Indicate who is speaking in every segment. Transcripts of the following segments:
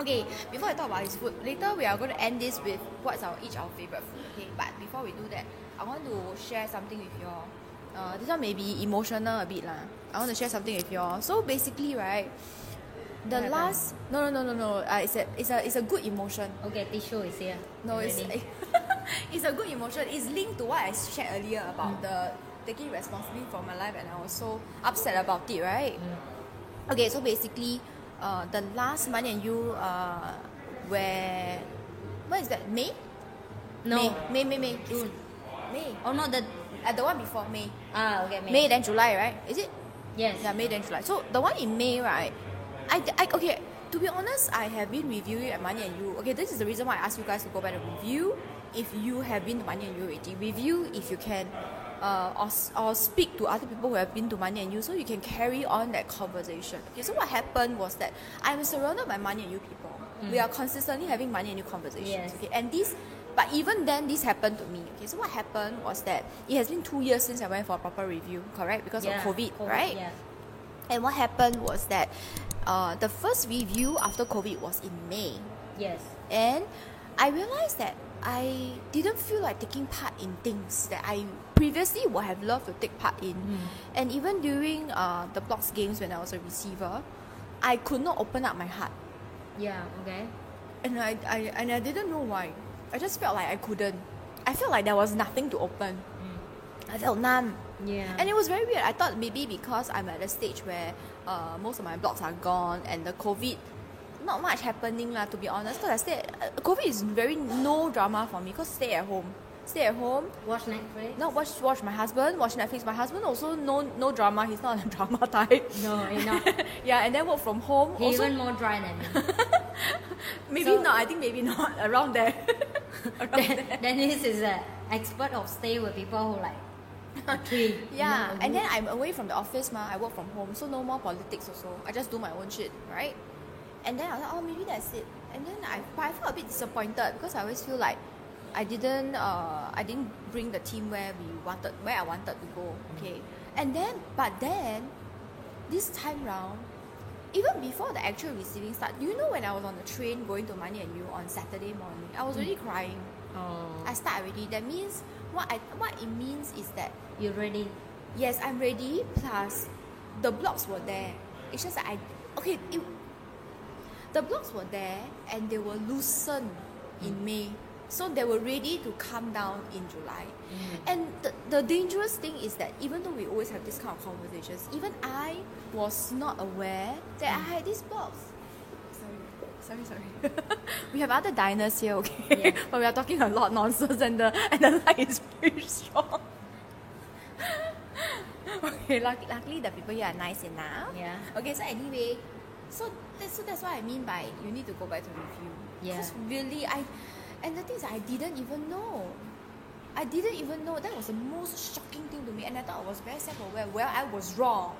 Speaker 1: Okay, before I talk about his food, later we are going to end this with what's our each our favorite food. Okay, but before we do that, I want to share something with you all. Uh, this one may be emotional a bit lah. I want to share something with you all. So basically, right, the
Speaker 2: What happened?
Speaker 1: last no no no no no. Uh, it's a it's a it's a good emotion.
Speaker 2: Okay, Oh, tissue is here.
Speaker 1: No, it's
Speaker 2: Ready?
Speaker 1: it's a good emotion. It's linked to what I shared earlier about
Speaker 2: Mm.
Speaker 1: the taking responsibility for my life, and I was so upset about it, right?
Speaker 2: Mm.
Speaker 1: Okay, so basically, uh, the last month and you uh, where what is that May?
Speaker 2: no.
Speaker 1: May May May May
Speaker 2: June.
Speaker 1: May.
Speaker 2: Oh no, the
Speaker 1: Uh, the one before May.
Speaker 2: ah okay
Speaker 1: May then July, right? Is it?
Speaker 2: Yes.
Speaker 1: Yeah, May then July. So the one in May, right? I, I okay. To be honest, I have been reviewing at Money and You. Okay, this is the reason why I asked you guys to go back and review if you have been to Money and You already. Review if you can, uh, or, s- or speak to other people who have been to Money and You, so you can carry on that conversation. Okay, so what happened was that I'm surrounded by Money and You people. We are constantly having Money and You conversations.
Speaker 2: Mm. Yes.
Speaker 1: Okay, and this. But even then, this happened to me. Okay, so what happened was that it has been two years since I went for a proper review, correct? Because of
Speaker 2: Yeah,
Speaker 1: COVID, right?
Speaker 2: Yeah.
Speaker 1: And what happened was that uh, the first review after COVID was in May.
Speaker 2: Yes.
Speaker 1: And I realized that I didn't feel like taking part in things that I previously would have loved to take part in. And even during uh, the blocks games when I was a receiver, I could not open up my heart.
Speaker 2: Yeah. Okay.
Speaker 1: And I, I, and I didn't know why. I just felt like I couldn't. I felt like there was nothing to open. I felt numb.
Speaker 2: Yeah.
Speaker 1: And it was very weird. I thought maybe because I'm at a stage where uh, most of my blogs are gone and the COVID, not much happening lah. To be honest, because I stay, uh, COVID is very no drama for me. Cause stay at home, stay at home.
Speaker 2: watch Netflix.
Speaker 1: Not watch watch my husband watch Netflix. My husband also no no drama. He's not a drama type.
Speaker 2: No, he's not.
Speaker 1: yeah, and then work from home.
Speaker 2: He
Speaker 1: also,
Speaker 2: even more dry than me.
Speaker 1: maybe
Speaker 2: So-
Speaker 1: not. I think maybe not around there. around there.
Speaker 2: Den- Dennis is a expert of stay with people who like a tree.
Speaker 1: Yeah,
Speaker 2: you know, a
Speaker 1: and then
Speaker 2: wood.
Speaker 1: I'm away from the office, ma. I work from home, so no more politics also. I just do my own shit, right? And then I was like, oh, maybe that's it. And then I, but I felt a bit disappointed because I always feel like I didn't, uh, I didn't bring the team where we wanted, where I wanted to go. Okay,
Speaker 2: Mm.
Speaker 1: and then, but then, this time round, even before the actual receiving start, do you know when I was on the train going to Money and You on Saturday morning, I was
Speaker 2: Mm.
Speaker 1: already crying.
Speaker 2: oh,
Speaker 1: I start already. That means what I what it means is that
Speaker 2: you ready?
Speaker 1: yes, I'm ready. Plus, the blocks were there. It's just that I okay. It, the blocks were there and they were loosened in May, so they were ready to come down in July. And the, the dangerous thing is that even though we always have this kind of conversations, even I was not aware that I had these blocks. Hmm. Sorry, sorry, sorry. we have other diners here, okay?
Speaker 2: Yeah.
Speaker 1: but we are talking a lot nonsense, and the and the light is very strong. okay, luck- luckily the people here are nice enough.
Speaker 2: Yeah.
Speaker 1: Okay, so anyway, so that's, so that's what I mean by you need to go back to review.
Speaker 2: Yeah.
Speaker 1: Because really, I and the thing is, I didn't even know. I didn't even know. That was the most shocking thing to me, and I thought I was very self-aware. Well, I was wrong.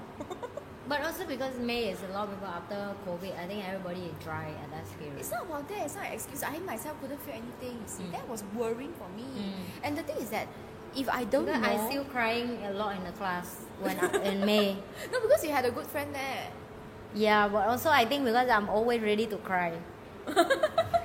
Speaker 2: But also because May is a lot of people after COVID, I think everybody is dry at that period.
Speaker 1: It's not about that. It's not an excuse. I myself couldn't feel anything. you See,
Speaker 2: Mm.
Speaker 1: that was worrying for me.
Speaker 2: Mm.
Speaker 1: And the thing is that if I don't
Speaker 2: Because
Speaker 1: know,
Speaker 2: I still crying a lot in the class when I, in May.
Speaker 1: no, because you had a good friend there.
Speaker 2: Yeah, but also I think because I'm always ready to cry.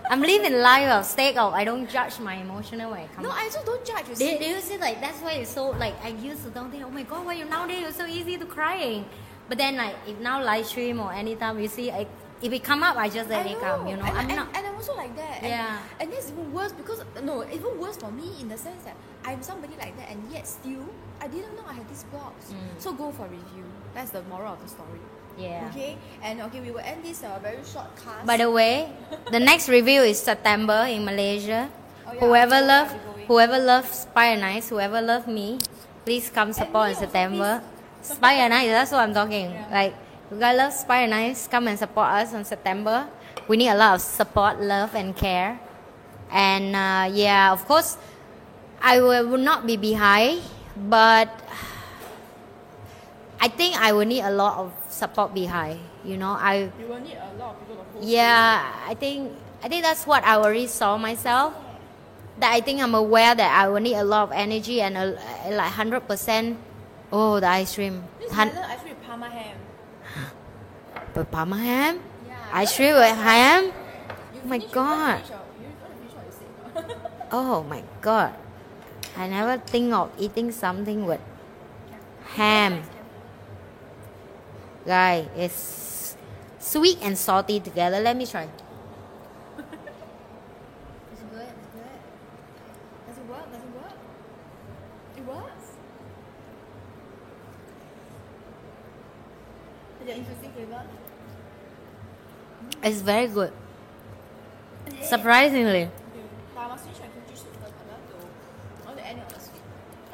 Speaker 2: I'm living life of state of I don't judge my emotional when it comes.
Speaker 1: No, I also don't judge. You see,
Speaker 2: They, they used to like that's why it's so like I used to don't think oh my god why you nowadays you're so easy to crying, but then like if now live stream or anytime you see I, if it come up I just let
Speaker 1: I
Speaker 2: it come you know
Speaker 1: and,
Speaker 2: I'm
Speaker 1: and,
Speaker 2: not
Speaker 1: and I'm also like that. And,
Speaker 2: Yeah.
Speaker 1: And that's even worse because no, even worse for me in the sense that I'm somebody like that, and yet still I didn't know I had these blocks.
Speaker 2: Mm.
Speaker 1: So go for review. That's the moral of the story.
Speaker 2: yeah.
Speaker 1: Okay. And okay, we will end this uh, very short cast.
Speaker 2: By the way, the next review is September in
Speaker 1: Oh,
Speaker 2: Malaysia.
Speaker 1: yeah,
Speaker 2: Whoever
Speaker 1: I'll be
Speaker 2: love,
Speaker 1: going.
Speaker 2: whoever loves Spy and Ice, whoever love me, please come support
Speaker 1: me
Speaker 2: in
Speaker 1: also,
Speaker 2: September. Spy and Ice, that's what I'm talking.
Speaker 1: Yeah.
Speaker 2: Like, you guys love Spy and Ice, come and support us on September. We need a lot of support, love, and care. And uh, yeah, of course, I will, will not be behind, but I think I will need a lot of support behind. You know, I
Speaker 1: you will need a lot of people to hold.
Speaker 2: yeah, I think I think that's what I already saw myself. That I think I'm aware that I will need a lot of energy and a, a- like hundred percent. Oh, the ice cream,
Speaker 1: This
Speaker 2: Hun-
Speaker 1: melon ice cream with parma ham.
Speaker 2: but parma ham,
Speaker 1: Yeah,
Speaker 2: ice cream with ham. my god. Oh my god. I never think of eating something with ham. Guy, it's sweet and salty together. Let me try.
Speaker 1: It's good. It's good. Does it work? Does it work? It works. Is it interesting flavor?
Speaker 2: It's very good. Surprisingly.
Speaker 1: Okay, but I must finish my kimchi soup first. I'm about to. I want to end it on a sweet.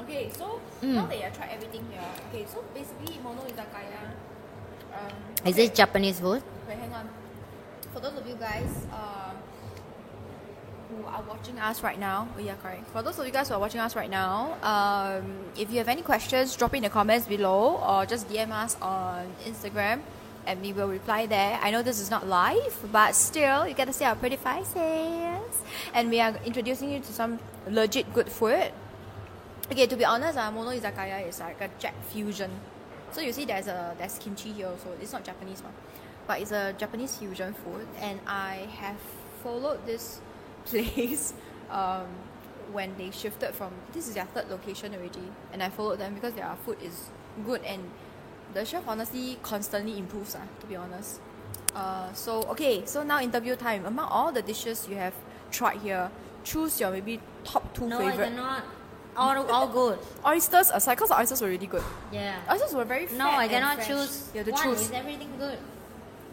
Speaker 1: Okay, so
Speaker 2: Mm.
Speaker 1: now that you have tried everything here, okay, so basically mono izakaya. Um,
Speaker 2: Is
Speaker 1: okay,
Speaker 2: it Japanese food?
Speaker 1: Wait, hang on. For those of you guys uh, who are watching us right now, oh yeah, correct. For those of you guys who are watching us right now, um, if you have any questions, drop it in the comments below or just DM us on Instagram and we will reply there. I know this is not live, but still, you get to see our pretty faces. And we are introducing you to some legit good food. Okay, to be honest, uh, Mono Izakaya is like a Jap fusion. So you see, there's a there's kimchi here also. It's not Japanese one, but it's a Japanese fusion food. And I have followed this place um, when they shifted from this is their third location already, and I followed them because their food is good and the chef honestly constantly improves. Uh, to be honest. Uh, so okay, so now interview time. Among all the dishes you have tried here, choose your maybe top two favorite.
Speaker 2: cannot. All, all good.
Speaker 1: Oysters aside, because oysters were really good.
Speaker 2: Yeah.
Speaker 1: Oysters were very
Speaker 2: No,
Speaker 1: Oh, fat
Speaker 2: I
Speaker 1: and
Speaker 2: cannot
Speaker 1: fresh.
Speaker 2: choose.
Speaker 1: You have to
Speaker 2: One
Speaker 1: choose.
Speaker 2: is everything good.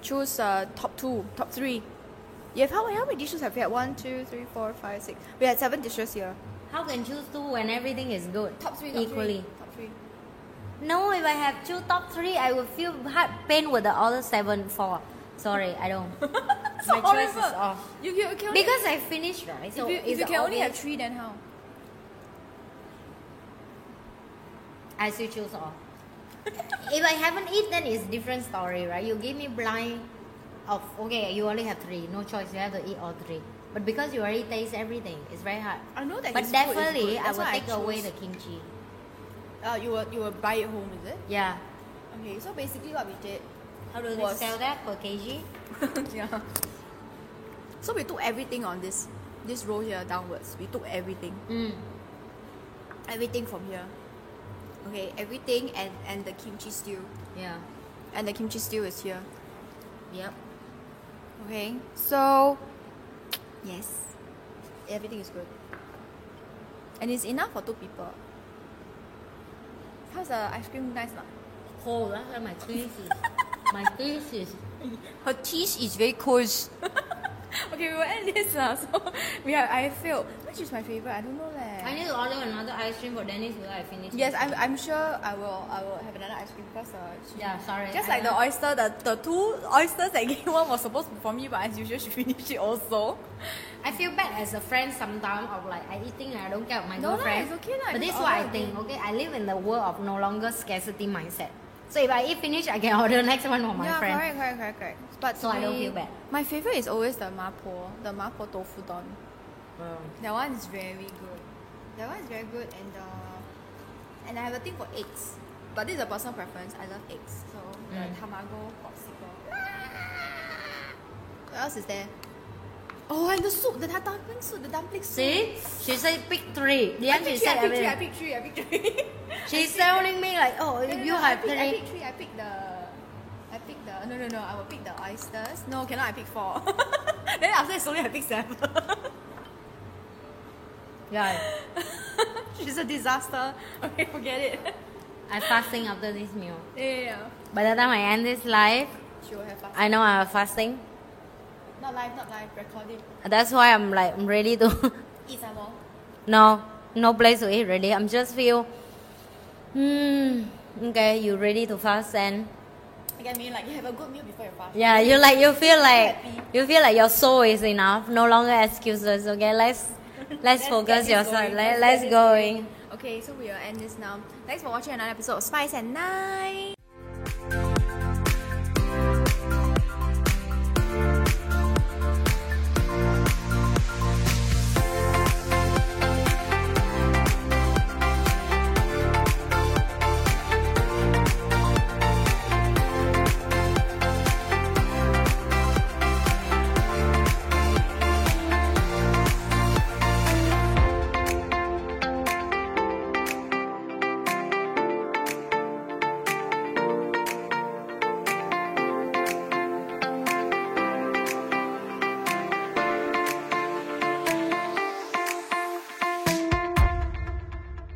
Speaker 1: Choose uh, top two, top three. You have how, how many dishes have you had? One, two, three, four, five, six. We had seven dishes here.
Speaker 2: How can choose two when everything is good? equally.
Speaker 1: Top three.
Speaker 2: No, if I have two top three, I will feel heart pain with the other seven four. Sorry, I don't. My choice is off
Speaker 1: You, you, you can only,
Speaker 2: because I finished right. So
Speaker 1: if you, if
Speaker 2: it's
Speaker 1: you can only have
Speaker 2: obvious,
Speaker 1: three, then how?
Speaker 2: I still choose off. if I haven't eaten, then it's different story, right? You give me blind of okay, you only have three, no choice. You have to eat all three. But because you already taste everything, it's very hard.
Speaker 1: I know that.
Speaker 2: But
Speaker 1: his food is good.
Speaker 2: definitely, I
Speaker 1: That's
Speaker 2: will
Speaker 1: why
Speaker 2: take away the
Speaker 1: choose.
Speaker 2: kimchi.
Speaker 1: Uh, you will you will buy it home, is it?
Speaker 2: Yeah.
Speaker 1: Okay, so basically what we did.
Speaker 2: How do they
Speaker 1: was-
Speaker 2: sell that per kg?
Speaker 1: yeah. So we took everything on this this row here downwards. We took everything.
Speaker 2: Mm.
Speaker 1: everything from here. Okay, everything and and the kimchi stew.
Speaker 2: Yeah.
Speaker 1: And the kimchi stew is here.
Speaker 2: Yep.
Speaker 1: Okay. So yes. Everything is good. And it's enough for two people. How's the ice cream nice now?
Speaker 2: Cold, huh? my teeth is. my teeth is.
Speaker 1: Her teeth is very cold. okay, we will end this now. So we have I have failed. Which is my favorite? I don't know leh.
Speaker 2: I need to order another ice cream for Dennis before I finish.
Speaker 1: Yes,
Speaker 2: this.
Speaker 1: I'm, I'm sure I will I will have another ice cream because uh, she
Speaker 2: Yeah, sorry.
Speaker 1: Just
Speaker 2: I
Speaker 1: like the
Speaker 2: don't-
Speaker 1: oyster, the, the two oysters that gave one was supposed to be for me, but as usual, she finished it also.
Speaker 2: I feel bad as a friend sometimes of like I eating and I don't care of my
Speaker 1: No lah,
Speaker 2: girlfriend.
Speaker 1: it's okay lah,
Speaker 2: But this
Speaker 1: just
Speaker 2: is what I
Speaker 1: order
Speaker 2: think. Okay, I live in the world of no longer scarcity mindset. So if I eat finish, I can order next one for my
Speaker 1: yeah,
Speaker 2: friend.
Speaker 1: correct, correct, correct, correct. But
Speaker 2: So
Speaker 1: to
Speaker 2: I don't
Speaker 1: me,
Speaker 2: feel bad.
Speaker 1: My favorite is always the mapo, the mapo tofu don.
Speaker 2: Um,
Speaker 1: That one is very good. That one is very good, and uh, and I have a thing for eggs. But this is a personal preference. I love eggs, so
Speaker 2: Mm.
Speaker 1: the tamago popsicle. What else is there? Oh, and the soup, the dumpling soup, the dumpling soup.
Speaker 2: See, she said pick three. The
Speaker 1: I
Speaker 2: end she
Speaker 1: picked three, I
Speaker 2: said
Speaker 1: picked three, I
Speaker 2: everything.
Speaker 1: picked three, I picked three.
Speaker 2: She's telling me like, oh,
Speaker 1: No, no,
Speaker 2: if you
Speaker 1: no,
Speaker 2: have
Speaker 1: I pick, I
Speaker 2: three.
Speaker 1: pick three. I pick the. I pick the. No, no, no. I will pick the oysters. No, cannot. I pick four. then after that, slowly I pick seven.
Speaker 2: Yeah,
Speaker 1: She's a disaster. Okay, forget it.
Speaker 2: I fasting after this meal.
Speaker 1: Yeah, yeah, yeah.
Speaker 2: By the time I end this live,
Speaker 1: She will have fast.
Speaker 2: I know I'm fasting.
Speaker 1: Not live, not live. Recording.
Speaker 2: That's why I'm like I'm ready to
Speaker 1: Eat some more.
Speaker 2: no no place to eat really. I'm just feel hmm okay, you ready to fast and
Speaker 1: Like, I mean, like you have a good meal before your fast.
Speaker 2: yeah, you like you feel like
Speaker 1: Happy.
Speaker 2: you feel like your soul is enough. No longer excuses, okay? Let's let's
Speaker 1: get
Speaker 2: focus
Speaker 1: this
Speaker 2: yourself.
Speaker 1: going.
Speaker 2: Let,
Speaker 1: get
Speaker 2: let's
Speaker 1: this
Speaker 2: going.
Speaker 1: Okay, so we will end this now. Thanks for watching another episode of Spice and Nine.